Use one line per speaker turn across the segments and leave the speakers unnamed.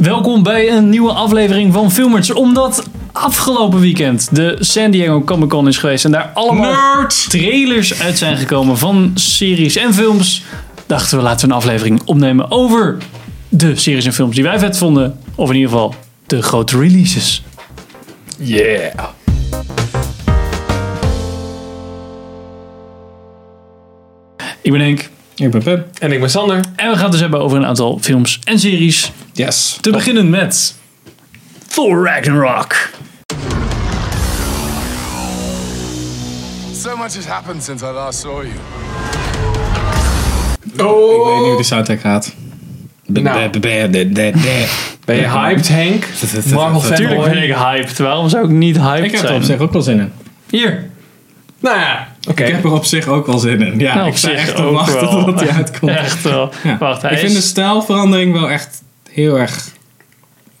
Welkom bij een nieuwe aflevering van Filmers. Omdat afgelopen weekend de San Diego Comic Con is geweest en daar allemaal
Nerd!
trailers uit zijn gekomen van series en films, dachten we laten we een aflevering opnemen over de series en films die wij vet vonden. Of in ieder geval de grote releases.
Yeah.
Ik ben Henk.
Ik ben Pep. En ik ben Sander.
En we gaan het dus hebben over een aantal films en series.
Yes.
Te beginnen met Thor Ragnarok.
So much has happened since I last saw you.
Oh.
Ik weet niet hoe de soundtrack gaat.
Nou. Ben je hyped, Henk? Marvel fan
Tuurlijk
boy.
ben ik hyped. Waarom zou ik niet hyped
Ik heb er
zijn?
op zich ook wel zin in.
Hier.
Nou ja, oké.
Ik heb er op zich ook wel zin in. Ja,
Nou, op
ik sta
zich
Oh, echt te
ook
wachten
wel.
tot die uitkomt.
Echt wel.
Ja.
Wacht, hij
ik vind
is...
de stijlverandering wel echt heel erg...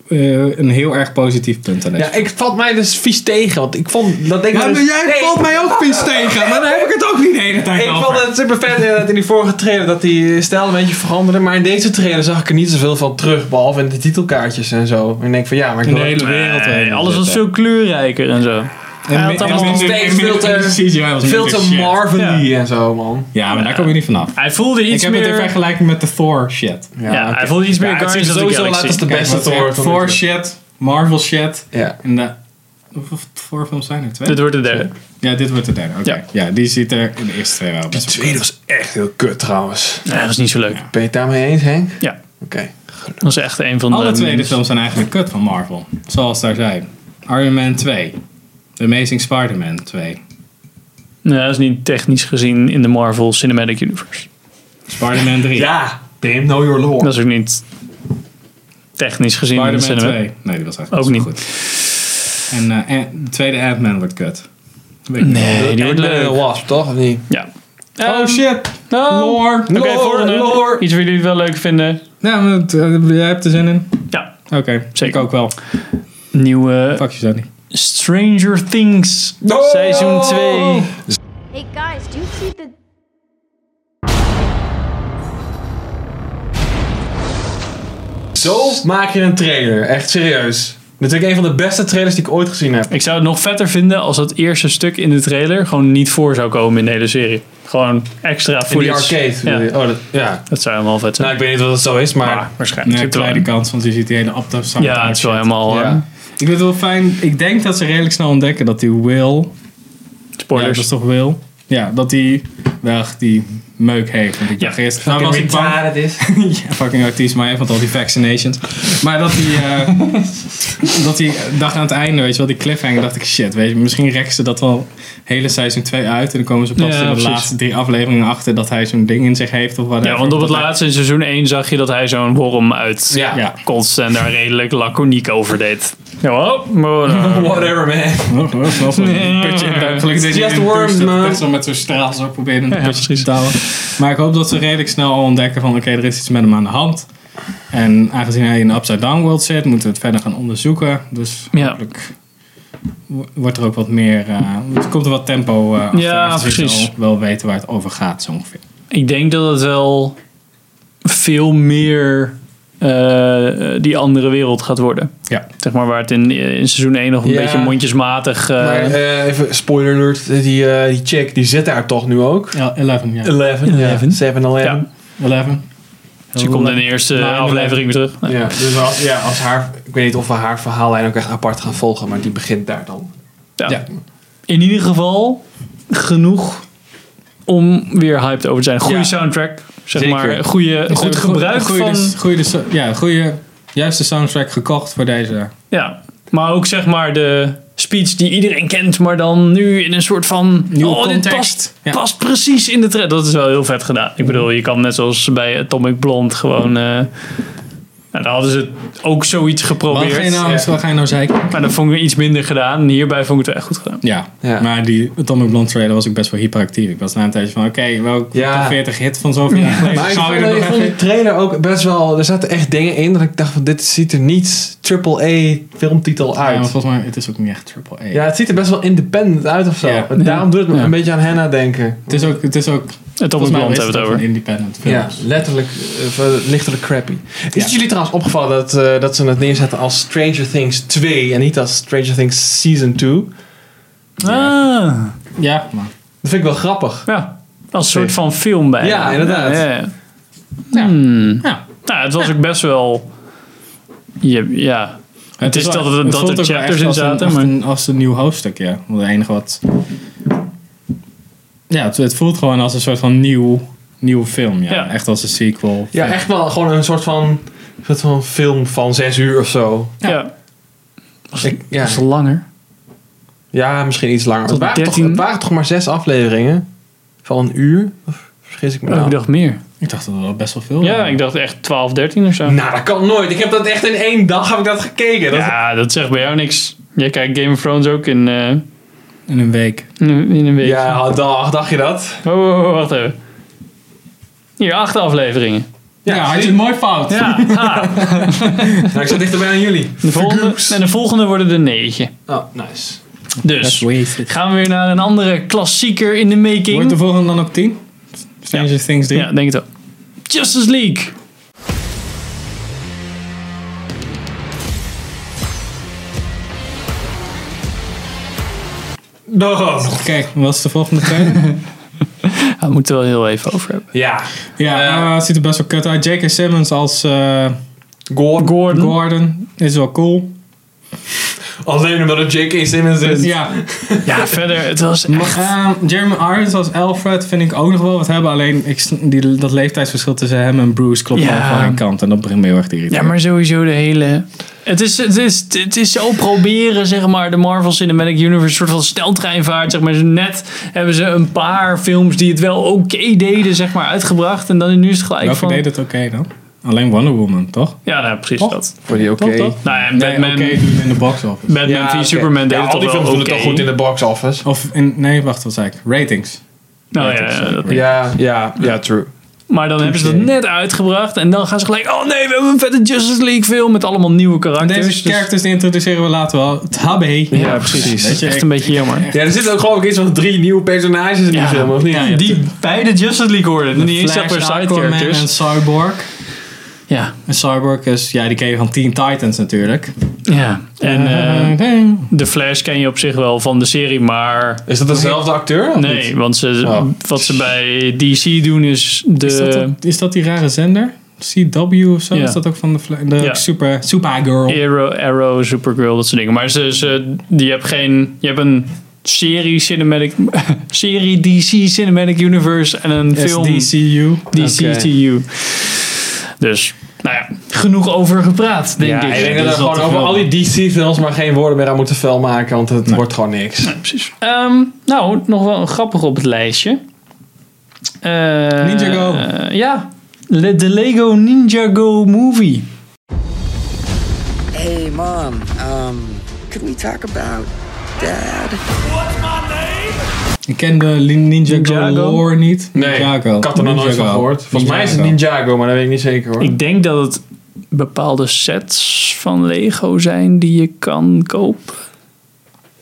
eh, een heel erg positief punt aan deze.
Ja, ik valt mij dus vies tegen, want ik vond... Dat denk ik
Ja,
dus-
maar jij
Nee,
valt mij ook vies tegen. Maar daar heb ik het ook niet de hele tijd
Ik
over.
vond het super vet inderdaad in die vorige trailer dat die stijl een beetje veranderde. Maar in deze trailer zag ik er niet zoveel van terug. Behalve in de titelkaartjes en zo. En ik denk van ja, maar ik
In de
wil-
hele wereld.
Nee,
heen.
alles was veel kleurrijker en zo.
En,
had allemaal
minder- en
steeds
minder
veel te-
CGI was
veel
minder
te
shit.
Marvel-y en zo, man.
Ja, maar daar kom je niet vanaf.
Hij voelde
Ik
iets
heb het in
meer...
vergelijking met de Thor shit.
ja, hij voelde iets meer
Ja, het
Guardians
ziet
of
er
the
sowieso
Galaxy.
laat als de
Kijk,
beste
want je
Thor.
hebt Thor shit, Marvel shit.
Ja.
En de, hoeveel Thor films zijn er? Twee?
Dit wordt de derde.
Ja, dit wordt de derde. Oké.
Ja.
Ja. die ziet er in de eerste twee wel best wel
tweede was echt heel kut trouwens.
Nee, dat was niet zo leuk.
Ben je het daarmee eens, Henk?
Ja,
Oké.
dat was echt een van de...
Alle tweede films zijn eigenlijk kut van Marvel. Zoals daar zijn. Iron Man 2. The Amazing Spider-Man 2.
Nee, dat is niet technisch gezien in de Marvel Cinematic Universe.
Spider-Man 3.
Ja, Tim, know your lore.
Dat is ook niet technisch gezien in de
Spider-Man
cinema.
2. Nee, die was eigenlijk
Ook
best wel
niet.
goed. En eh, en de tweede Ant-Man wordt kut. Weet ik niet.
Nee, die wordt
Ant-Man and the
leuk.
Wasp, toch? Of niet?
Ja.
Oh
Ehm,
shit.
nou,
Lore.
Oké,
Lore,
volgende.
lore.
Iets wat jullie wel leuk vinden.
Nou, maar het, eh, jij hebt er zin in.
Ja,
Oké, ik
Zeker.
ook wel.
nieuwe
Fuck je, Sony.
Stranger Things
Oh!
seizoen 2.
Hey guys, do you see the
Zo maak je een trailer. Echt serieus. Dit is ook een van de beste trailers die ik ooit gezien heb.
Ik zou het nog vetter vinden als dat eerste stuk in de trailer gewoon niet voor zou komen in de hele serie. Gewoon extra
In die
footage.
arcade. bedoel je?
Ja,
Oh, dat, ja.
dat zou helemaal vet zijn.
Nou, ik weet niet of dat zo is, maar...
maar waarschijnlijk.
Nee,
zit er wel
tweede
in.
kant, want je ziet die hele aptaf
ja, het is wel helemaal eh,
ja.
Ik vind het wel fijn. Ik denk dat ze redelijk snel ontdekken dat die Will. Ja, dat
spoilers.
is toch Will? Ja, dat die wel echt die meuk heeft. Want ik dacht eerst. Nou was ik bang.
het is.
Ja, fucking artiest, maar even want al die vaccinations. Maar dat die. eh, dat die dag aan het einde, weet je wel, die cliffhanger, dacht ik shit, weet je, misschien rekken ze dat wel hele seizoen 2 uit. En dan komen ze pas
Ja,
in de
precies.
laatste drie afleveringen achter dat hij zo'n ding in zich heeft of wat.
ja, want op het laatste in seizoen 1 zag je dat hij zo'n worm uit
Ja.
Ja.
kotst en daar redelijk laconiek over deed. Ja, oh, maar, eh,
Whatever, man.
Oh, oh, oh, oh. Putje in de- Gelukkig dat je
Just
in de douche
worms,
zit,
man.
Best wel met zo'n straal zo proberen een
ja,
putje
precies.
te touwen. Maar ik hoop dat ze redelijk snel al ontdekken van oké, er is iets met hem aan de hand. En aangezien hij in de Upside Down World zit, moeten we het verder gaan onderzoeken. Dus
Ja.
hopelijk wo- wordt er ook wat meer, eh, er komt er wat tempo eh achter.
Ja,
aangezien ze
precies.
al wel weten waar het over gaat zo ongeveer.
ik denk dat het wel veel meer eh, die andere wereld gaat worden.
Ja.
Zeg maar waar het in, eh, in seizoen 1 nog een
Ja.
beetje mondjesmatig... eh,
Maar eh, even spoiler alert. Die, eh, die chick, die zit daar toch nu ook?
Ja, 11, ja.
11.
Eleven.
7
ja,
11.
ze Dus komt in de eerste
Line
aflevering weer terug.
Ja, dus als, ja, als haar... Ik weet niet of we haar verhaallijn ook echt apart gaan volgen, maar die begint daar dan.
Ja.
Ja.
In ieder geval genoeg om weer hyped over te zijn. Goede
Ja.
soundtrack, zeg
Zeker.
maar. Goede, goed gebruik
goede,
van...
Goede, ja, goede, juiste soundtrack gekocht voor deze.
Ja, maar ook zeg maar de speech die iedereen kent, maar dan nu in een soort van...
Nieuwe
oh, dit
context.
past,
Ja.
past precies in de trend. Dat is wel heel vet gedaan. Ik bedoel, je kan net zoals bij Atomic Blonde gewoon... eh nou, dan hadden ze ook zoiets
Wat
geprobeerd.
ga je nou,
Ja.
wat ga je nou zeiken?
Maar dat vond ik iets minder gedaan. Hierbij vond ik het wel echt goed gedaan.
Ja,
Ja.
maar die Atomic Blonde trailer was ik best wel hyperactief. Ik was na een tijdje van, oké, welke
Ja.
top 40 hit van zoveel jaar geleden.
Maar ik
Zou
vond,
je er
ik
nog
vond die
even...
trailer ook best wel... Er zaten echt dingen in dat ik dacht van dit ziet er niet triple A filmtitel
Ja, maar
uit.
volgens mij, het is ook niet echt triple A.
Ja, het ziet er best wel independent uit of zo.
Ja.
En Daarom doet het me
Ja.
een beetje aan Henna denken.
Het is ook, het is ook
Atomic
Volgens mij
Blonde
is het
hebben we
ook
het
een
over.
independent film.
Ja, letterlijk, eh, lichtelijk crappy. Is
Ja.
het jullie trouwens opgevallen dat, eh, dat ze het neerzetten als Stranger Things 2 en niet als Stranger Things Season 2?
Ah,
Ja, maar.
Dat vind ik wel grappig.
ja. Als een soort van film bij.
Ja, inderdaad.
Ja, ja.
Ja.
Hmm.
Ja.
Nou, het was ook best wel... Je, ja. Het is dat,
wel-
er- dat
voelt
er
ook wel echt
chapters in
als een-
zaten,
Als
maar...
een, als een nieuw hoofdstuk, ja. Want het enige wat... Ja, het, het voelt gewoon als een soort van nieuw, nieuwe film, ja.
Ja.
Echt als een sequel.
Ja, echt wel gewoon een soort van, soort van film van zes uur of zo.
Ja.
Ik- ja.
Was langer.
Ja, misschien iets langer.
Tot
Het waren, toch,
13.
het waren toch maar zes afleveringen van een uur? Of vergis ik me
Oh,
nou?
ik dacht meer. Oh.
Ik dacht dat er wel best wel veel
Ja,
waren.
ik dacht echt 12, 13 of zo.
Nou, dat kan nooit. Ik heb dat echt in één dag heb ik dat gekeken. Dat-
ja, dat zegt bij jou niks. Jij kijkt Game of Thrones ook in, eh,
In een week.
in, in een week.
ja dag, dacht je dat?
Oh, oh, oh, wacht even. Hier, acht afleveringen.
Ja, had je het mooi fout.
Ja, ha.
Nou, ik zat dichterbij aan jullie.
De volgende, en de volgende worden de neentje.
Oh, nice.
Dus,
wasted.
gaan we weer naar een andere klassieker in de
Wordt de
making.
volgende dan ook 10? Stranger Things 3?
Ja, denk het wel. Justice League.
Dag.
Kijk, wat is de volgende tweede?
Ja, we moeten het wel heel even over hebben.
Ja.
ja,
Eh.
eh, ziet er best wel kut uit. J.K. Simmons als eh,
Gore.
Gordon.
Gordon is wel cool.
Alleen omdat het J.K. Simmons is.
Ja,
Ja, verder, het was echt...
Ehm, Jeremy Irons als Alfred vind ik ook nog wel wat hebben. Alleen ik, sn- die, dat leeftijdsverschil tussen hem en Bruce klopt
Ja.
wel van geen kant. En dat begint me heel erg te
Ja,
irriteren.
maar sowieso de hele... Het is, het, is, het is zo proberen, zeg maar, de Marvel Cinematic Universe, een soort van steltreinvaart, zeg maar. Ze- Net hebben ze een paar films die het wel oké deden, zeg maar, uitgebracht. En dan nu is het gelijk
Welke
van...
deed het oké dan? Alleen Wonder Woman, toch?
Ja, nou, precies
Toch?
dat.
Voor die oké.
Toch, toch?
Nou ja,
Nee, oké
Batman,
doet het in de box office.
Batman v Superman deed
ja,
het
al
toch
die
wel
films
oké.
doen het toch goed in de box office.
Of, in, nee, wacht, wat zei ik? Ratings.
Nou ja,
Ratings,
ja,
sorry.
dat-
Ja, ja, ja, true.
maar dan hebben ze dat net uitgebracht en dan gaan ze gelijk... Oh nee, we hebben een vette Justice League film met allemaal nieuwe karakters.
Deze
Dus-
characters die introduceren we later wel. Tabby.
Ja, precies.
Weet je,
Echt
ik-
een beetje jammer.
Ja, er zitten ook geloof ik iets van drie nieuwe personages in die
Ja.
film, of niet?
Ja, ja.
Die bij de Justice League hoorden. Niet eens
Flash,
dat we side
Aquaman en
characters.
Cyborg.
Ja,
En Cyborg is, ja, die ken je van Teen Titans natuurlijk.
ja. En eh,
Eh, ding.
de Flash ken je op zich wel van de serie, maar
Is dat dezelfde acteur? of niet?
nee, want ze,
Oh.
wat ze bij DC doen is de
Is dat, dat- is dat die rare zender? CW of zo?
Ja.
Is dat ook van de, vla- de
Ja.
super, Supergirl?
Arrow, Arrow, Supergirl, dat soort dingen. Maar ze, ze, die hebt geen, je hebt een serie cinematic, serie DC cinematic universe en een film
SDCU.
DCTU. Dus, nou ja, genoeg over gepraat, denk
Ja,
ik.
ik denk
dat
dat
is
we
wel
gewoon
te
over
veel.
al die DC-films maar geen woorden meer aan moeten fel maken, want het
Nee.
wordt gewoon niks.
precies. Ehm, nou, nog wel een grappig op het lijstje. Eh,
Ninjago.
eh, ja, Le- de Lego Ninjago movie.
Hey, Mom, um, could we talk about Dad?
Ik ken de Lin- Ninjago,
Ninjago?
lore niet. Ninjago.
ik had er nog nooit
Ninjago.
van gehoord. Volgens mij is het
Ninjago.
Ninjago, maar dat weet ik niet zeker hoor.
Ik denk dat het bepaalde sets van Lego zijn die je kan kopen.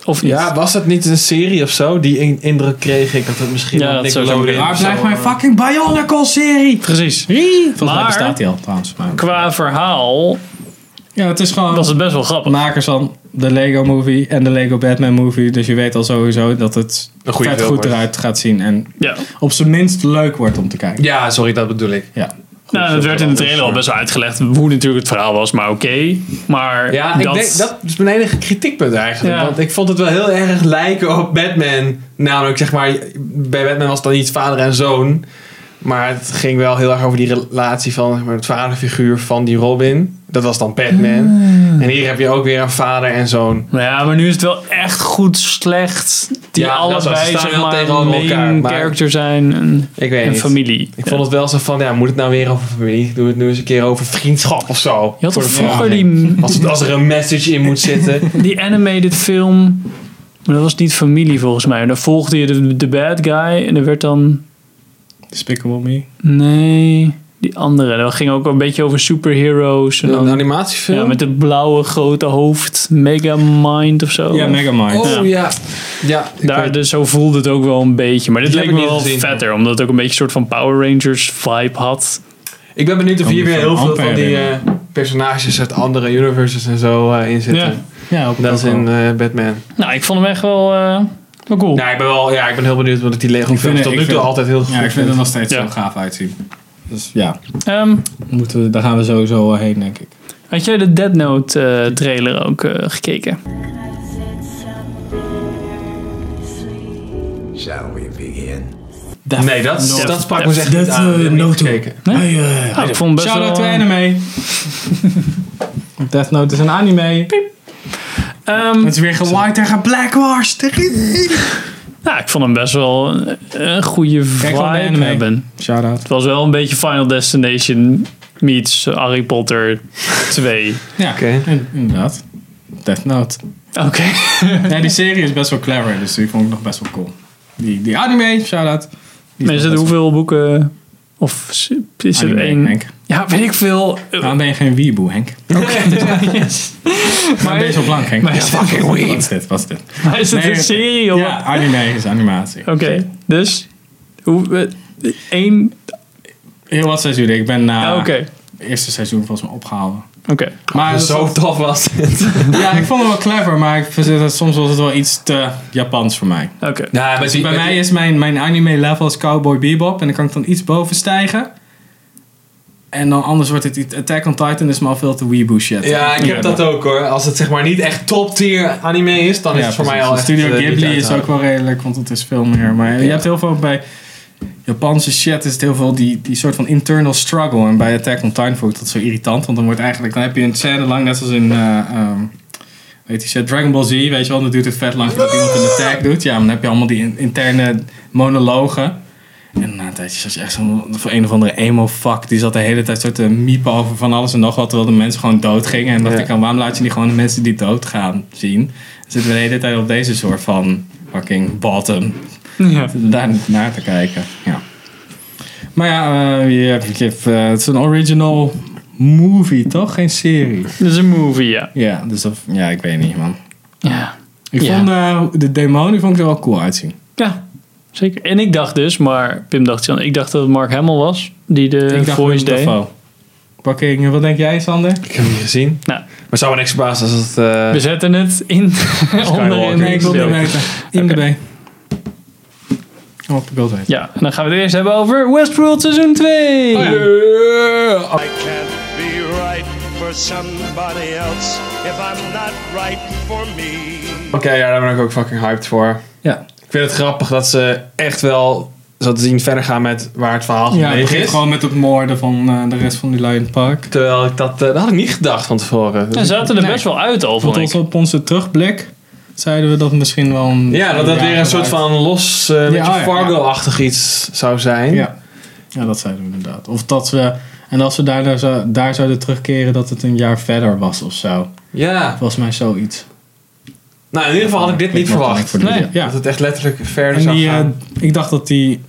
Of niet?
Ja, was het niet een serie of zo? Die in- indruk kreeg ik dat het misschien
Ja,
wel
dat zou
Nickelodeon
zo kunnen.
Waar
of
blijft
zo,
mijn
eh,
fucking Bionicle serie?
precies.
Volgens mij
Maar-
bestaat die al trouwens. maar-
Qua verhaal
Ja, het is gewoon
was het best wel
Nou,
grappig.
makers van de Lego movie en de Lego Batman movie. Dus je weet al sowieso dat het
Een goede
vet
film
goed
wordt.
eruit gaat zien. En
Ja.
op zijn minst leuk wordt om te kijken.
Ja, sorry, dat bedoel ik.
Ja.
Nou, dat werd in de trailer al best wel uitgelegd hoe natuurlijk het verhaal was, maar oké. Maar
Ja, ik
dat,
denk, dat is mijn enige kritiekpunt eigenlijk.
Ja.
Want ik vond het wel heel erg lijken op Batman. Namelijk, zeg maar, bij Batman was het dan iets vader en zoon. Maar het ging wel heel erg over die relatie van zeg maar, het vaderfiguur van die Robin. Dat was dan Batman.
Hmm.
En hier heb je ook weer een vader en zoon.
Maar Nou Ja, maar nu is het wel echt goed slecht. Die
Ja, dat is waar. Ze
allebei
staan
zeg
wel
maar
tegenover
main
elkaar, maar-
character zijn en,
Ik weet
en
niet.
familie.
Ik vond het wel zo van, ja, moet het nou weer over familie? Doe het nu eens een keer over vriendschap of zo.
Je had
Voor
toch
de
vroeger
verandering.
die,
Als, als er een message in moet zitten.
die animated film, maar dat was niet familie volgens mij. Daar volgde je de, de bad guy en er werd dan...
Despicable Me.
Nee, Die andere. Dat ging ook een beetje over superheroes. En
Een
dan,
animatiefilm?
ja, met het blauwe grote hoofd. Megamind of zo.
Ja, Megamind.
Oh ja. Ja, ik
Daar,
weet-
dus zo voelde het ook wel een beetje. Maar dit
Die
leek
heb
me
ik niet
wel
gezien.
vetter. Omdat het ook een beetje een soort van Power Rangers vibe had.
ik ben benieuwd of
Kan
hier
die
weer
van
heel veel van
Ampère
die
hebben.
eh, personages uit andere universes en zo eh, in zitten.
Ja, hoop ik
Dat is
ook wel.
in eh, Batman.
Nou, ik vond hem echt wel, eh, wel cool.
Nou, ik ben wel, ja, ik ben heel benieuwd, want ik die Lego
Ik vind
films
het-
eh, tot
ik
nu toe
vind-
altijd heel goed
Ja, ik vind het nog steeds
Ja.
zo gaaf uitzien. Dus ja,
Ehm,
moeten we, daar gaan we sowieso wel heen, denk ik.
had jij de Dead Note eh, trailer ook eh, gekeken?
Shall we begin?
Nee, dat,
Note.
dat sprak me dus echt niet aan.
eh,
Dat heb ik niet gekeken.
Nee? Nou, ik vond best
Shout out
wel...
to
eh,
anime. Death Note is een anime.
ehm,
Het is weer gewaaid tegen blackwashed.
nou, ik vond hem best wel een, een goede
Kijk
vibe
gewoon de anime.
hebben.
Shout out.
Het was wel een beetje Final Destination meets Harry Potter 2.
Ja,
Oké.
in- inderdaad. Death Note.
Oké.
Nee, die serie is best wel clever, dus die vond ik nog best wel cool. Die, die anime, shout out.
Maar is het hoeveel boeken... Of s- is er
Anime,
één?
Henk.
Ja, weet ik veel.
Waarom Ah, ben je geen wieboe, Henk? Waarom ben je zo blank, Henk?
Fucking
Wat
weird.
is dit? Wat is dit?
Maar is het
Nee,
een serie? of-
Ja, anime is animatie.
Oké, dus... Hoe, eh, één...
Heel wat seizoenen. Ik ben na
Ah, Oké,
het eerste seizoen volgens mij opgehouden.
oké.
Maar
Zo tof was het.
Ja, ik vond het wel clever, maar ik vind het- soms was het wel iets te Japans voor mij.
Oké.
Ja, met
Dus bij mij is mijn, mijn anime level is Cowboy Bebop en dan kan ik dan iets boven stijgen. En dan anders wordt het iets- Attack on Titan is me al veel te weeboe shit.
Ja, ik heb dat ook hoor. Als het zeg maar niet echt top tier anime is, dan is
Ja,
het voor mij
precies.
al echt,
Studio
eh, niet
Ghibli
uit te
is ook
houden.
wel redelijk, want het is veel meer. Maar je hebt heel veel bij Japanse shit is het heel veel die, die soort van internal struggle. En bij Attack on Titan vond ik dat zo irritant, want dan wordt eigenlijk dan heb je een scène lang net als in eh, ehm, weet je, shit, Dragon Ball Z, weet je wel, dan duurt het vet lang voordat iemand een attack doet. Ja, maar dan heb je allemaal die in- interne monologen. En na een tijdje zat je echt zo'n voor een of andere emo fuck. Die zat de hele tijd soort te miepen over van alles en nog wat. Terwijl de mensen gewoon doodgingen. En dacht
Ja.
ik aan, waarom laat je niet gewoon de mensen die doodgaan zien? Dan zitten we de hele tijd op deze soort van fucking bottom.
Ja.
Daar niet naar te kijken. Ja. Maar ja, eh, je hebt- je hebt, eh, het is een original movie, toch? Geen serie.
Dit is een movie, ja.
Ja, dus dat, ja, ik weet niet, man.
Ja.
Ik
Ja.
vond eh, de demonie vond ik er wel cool uitzien.
Ja, zeker. En ik dacht dus, maar Pim dacht, Jan, ik dacht dat het Mark Hamill was die de
ik dacht
voice
Willem
deed.
Dafoe. Fucking, wat denk jij, Sander?
Ik heb hem niet gezien.
Nou.
Maar het zou me niks verbazen als het... eh,
We zetten het in onderin.
Nee, ik wil het niet weten. IMDb.
Oké.
Oh, ik wil het weten.
Ja, en dan gaan we het eerst hebben over Westworld seizoen 2.
Oh
I can't be right for somebody else if I'm not right for me.
Oké, ja, daar ben ik ook fucking hyped voor.
Ja.
Ik vind het grappig dat ze echt wel, zo te zien, verder gaan met waar het verhaal
Ja,
ja,
het
is.
begint gewoon met het moorden van eh, de rest van die lui in het park.
Terwijl ik dat, eh, dat had ik niet gedacht van tevoren.
Ze
Dus-
zaten er
Nee.
best wel uit al, vond
Want ons
ik.
op onze terugblik zeiden we dat misschien wel een...
ja, dat dat
Ja,
weer een soort van los, eh, beetje
oh ja,
Fargo-achtig iets zou zijn.
Ja. ja, dat zeiden we inderdaad. Of dat we... En als we daarna zo, daar zouden terugkeren dat het een jaar verder was of zo.
Ja.
Volgens mij zoiets.
Nou, in ieder geval had ik dit
Ik
niet
mocht dan
verwacht.
voor de
Nee.
video. Ja.
Dat het echt letterlijk verder
En
zou
die,
gaan.
eh, ik dacht dat die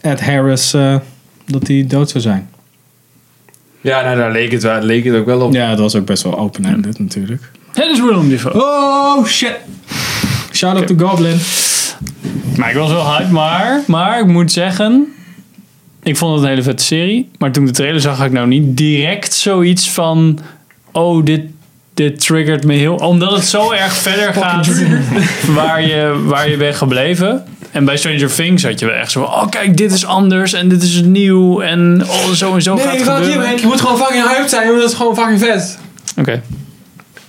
Ed Harris eh, dat die dood zou zijn.
ja, nou, daar leek het, wel, leek het ook wel op.
Ja, dat was ook best wel open-ended natuurlijk.
Het is Willem niveau.
Oh shit! Shout out to Goblin.
Maar ik was wel hype, maar, maar ik moet zeggen, ik vond het een hele vette serie. Maar toen ik de trailer zag, had ik nou niet direct zoiets van, oh, dit, dit triggert me heel... Omdat het zo erg verder gaat waar je, waar je bent gebleven. En bij Stranger Things had je wel echt zo van, oh kijk, dit is anders en dit is nieuw en oh, zo en zo gaat het gebeuren. Oké.
je moet gewoon fucking hyped zijn, want dat is gewoon fucking vet.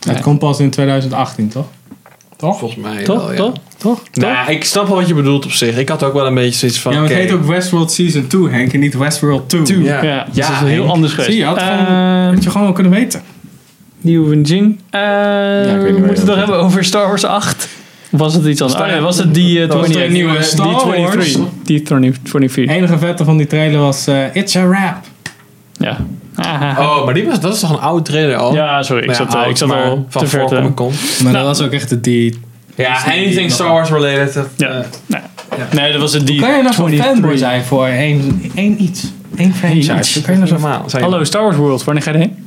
Het komt pas in 2018, toch?
Volgens mij
Toch?
wel, ja.
Toch? Toch?
Nou, ik snap wel wat je bedoelt op zich. Ik had ook wel een beetje zoiets van...
Ja, maar het
oké.
heet ook Westworld Season 2, Henk, en niet Westworld 2.
Toch?
ja.
Ja,
Ja,
dus dat is heel
Henk.
anders geweest.
Zie je, had gewoon-
Ehm,
Dat je gewoon wel kunnen weten.
Die Wenjing. Eh
ik weet niet
we
waar je
moeten het nog
over
hebben over Star Wars 8. Was het iets anders?
Star-
Oh, nee, was het die eh
Dat was
20,
de nieuwe
eh,
Star
die 23.
Wars.
Die 20, 24.
Het enige vette van die trailer was eh, It's a Rap.
Ja. Ah,
Oh, maar die was, dat is toch een oude trailer al?
ja, sorry. Ik
Nou ja,
zat, eh,
oud,
ik zat
maar
al
van
te ver eh.
voor
te...
Comic Con.
Maar dat was ook echt de die...
Ja, anything Star Wars related. dat,
Ja.
eh,
nou ja. Nee, dat was het die
Kan je nou zo'n
23.
fanboy zijn voor één, één iets? één franchise.
Jezus,
Hoe kan je nou zo
normaal? Zijn
Hallo, Star Wars World, wanneer ga je heen?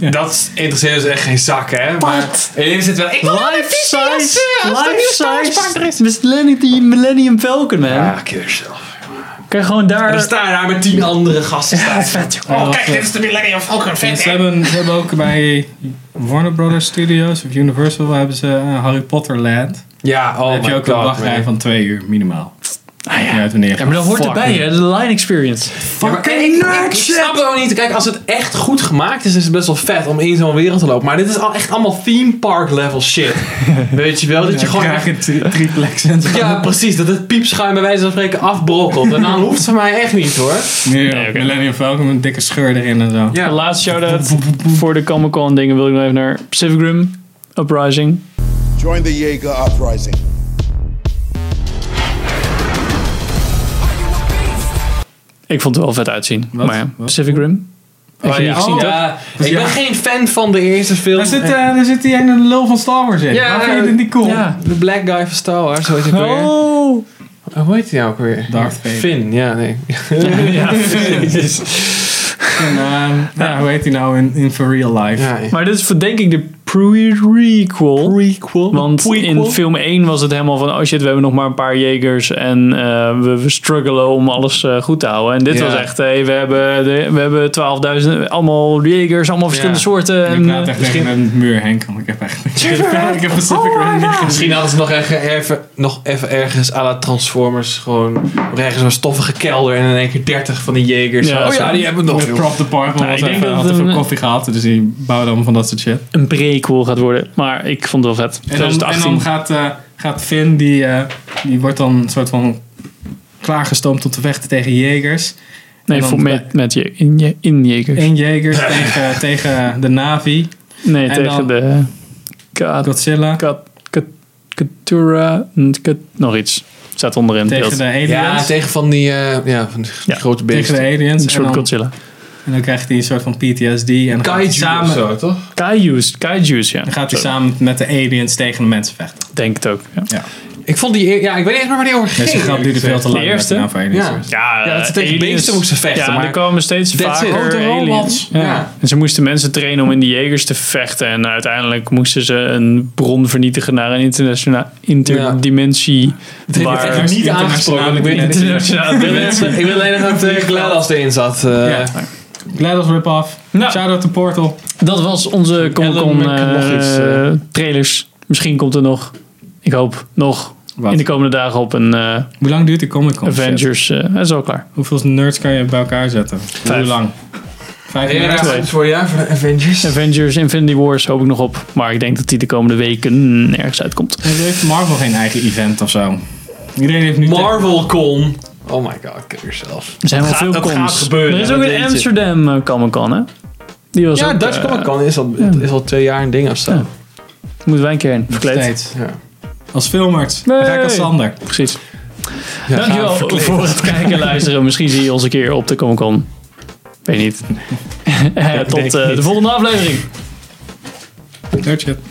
En Dat interesseert ons echt geen zak, hè? Maar er is het wel.
Life size! Life size! Millennium, Millennium Falcon, man.
Ja, kill yourself.
Kan je gewoon daar...
Dan sta je daar met tien andere gasten. staan.
Oh, kijk, dit is de Millennium Falcon. Ze hebben, ze hebben ook bij Warner Brothers Studios of Universal hebben ze eh, Harry Potter Land.
Ja,
Dan
oh
heb
my
je ook een
God,
wachtrij
man.
van twee uur minimaal.
Ah,
Ja,
ja.
uit wanneer.
ja, maar dat hoort
Fucking-
erbij, hè. De line experience.
Ja, maar ik- ik, ik snap het ook niet. Kijk, als het echt goed gemaakt is, is het best wel vet om in zo'n wereld te lopen. Maar dit is al echt allemaal theme park level shit. Weet je wel? Dat je
Dan
gewoon
krijg je tri- triplex en zo.
Ja, precies. Dat het piepschuim bij wijze van spreken afbrokkelt. En dan hoeft het voor mij echt niet hoor.
Nee, Millennium Falcon met een dikke scheur erin en zo.
Een laatste shout-out voor de Comic Con dingen wil ik nog even naar Pacific Rim Uprising.
Join the Jaeger uprising.
Ik vond het wel vet uitzien.
Wat?
Maar ja,
Wat?
Pacific Rim. Heb je
ja.
niet gezien,
Oh,
toch?
ja. Ik ben
Ja.
geen fan van de eerste film.
Daar zit, eh, daar zit die ene lul van Star Wars in.
Ja,
Ja, vind je dit niet cool?
ja.
de black guy van Star Wars, zo heet hij ook weer.
Oh!
Oh, Hoe heet hij nou ook weer?
Darth Vader.
Finn, ja, nee.
Ja.
En, ehm, nou, hoe heet die nou in, in For Real Life?
Ja, ja.
Maar dit is voor- denk ik de prequel.
Prequel.
Want
Prequel?
in film 1 was het helemaal van... Oh shit, we hebben nog maar een paar jegers. En eh, we, we struggelen om alles eh, goed te houden. En dit
Ja.
was echt... Hey, we hebben, de- we hebben 12.000... Allemaal jegers, allemaal verschillende
Ja.
soorten.
Ik
En,
praat
eh,
echt tegen een muur, Henk, want ik heb echt... ik heb Pacific Rim niet gezien.
Misschien hadden ze nog even, even, nog even ergens à la Transformers gewoon nog ergens een stoffige kelder en in één keer 30 van die jegers.
Ja,
oh
zo.
ja, die hebben we nog.
De
joh.
prop department
Nou,
was
ik denk
even,
dat
had
het
even
een-
koffie gehad, dus die bouwde allemaal van dat soort shit.
een prequel gaat worden. Maar ik vond het wel vet.
En
Dus
dan, en
2018.
dan gaat, eh, gaat Finn, die, eh, die wordt dan een soort van klaargestoomd om te vechten tegen jegers.
nee,
en dan-
voor, met, met je, in, je, in jegers.
Eén jegers tegen, tegen de Navi,
nee,
en
tegen
dan-
de... Ka-
Godzilla,
Kat- Kat- Katura... Kat, nog iets. Staat onderin.
tegen
beeld.
de aliens.
Ja, tegen van die, eh, ja, van die
Ja,
grote
tegen de
beesten.
aliens.
Een
En
soort
dan,
Godzilla.
en dan krijgt hij een soort van PTSD. En dan gaat hij
Kaiju of
samen,
zo, toch?
Kaiju's. Kaiju's, ja.
dan gaat hij
Zo,
samen met de aliens tegen de mensen vechten.
Denk het ook. Ja,
Ja.
Ik vond die, eer- ja, ik weet niet echt maar waar die over ging.
Deze grap duurde veel te
De
lang.
eerste?
met de naam van aliens.
Ja.
ja,
Ja, dat ze
eh,
tegen
aliens-
beesten moesten vechten,
Ja,
maar-
er komen steeds
That's it.
vaker
Grote
aliens.
robots.
Ja.
Ja.
En ze moesten mensen trainen om in die jegers te vechten. En uiteindelijk moesten ze een bron vernietigen naar een internationale interdimensie.
Ik heb
Waar
het niet
internationale
aangesproken. Ik weet niet.
internationale dimensie.
Ik wil alleen nog dat de GLaDOS erin zat. eh.
Ja. GLaDOS rip-off.
Nou.
Shout out to Portal.
Dat was onze Comic Con
Ellen, eh, nog iets, eh.
trailers. Misschien komt er nog, ik hoop, nog
Wat?
in de komende dagen op een eh,
Oh,
Hoe lang duurt die Comic Con?
Avengers. eh dat is al klaar.
Hoeveel nerds kan je bij elkaar zetten? Hoe lang? Vijf
Ja,
nerds?
dat is voor ja, voor de Avengers.
Avengers Infinity Wars hoop ik nog op. Maar ik denk dat die de komende weken ergens uitkomt.
En Heeft Marvel geen eigen event of zo? Iedereen heeft nu...
MarvelCon. Oh my god, kill yourself.
Er zijn wel
gaat-
veel
dat
cons.
gaat gebeuren,
er is
dat
ook
weet
een
je.
Amsterdam eh, Comic Con, hè? Die was
Ja,
ook,
Dutch
eh,
Comic Con is al, is al twee jaar een ding of zo.
Ja. Moeten wij een keer in.
Nog
Verkleed.
steeds.
Ja.
Als filmarts. Dan ga ik als
Nee.
Sander.
Precies.
Ja,
Dankjewel voor het kijken en luisteren. Misschien zie je ons een keer op de Comic Con. Weet niet. Eh, Tot
denk
eh,
niet.
de volgende aflevering.
Nerdship.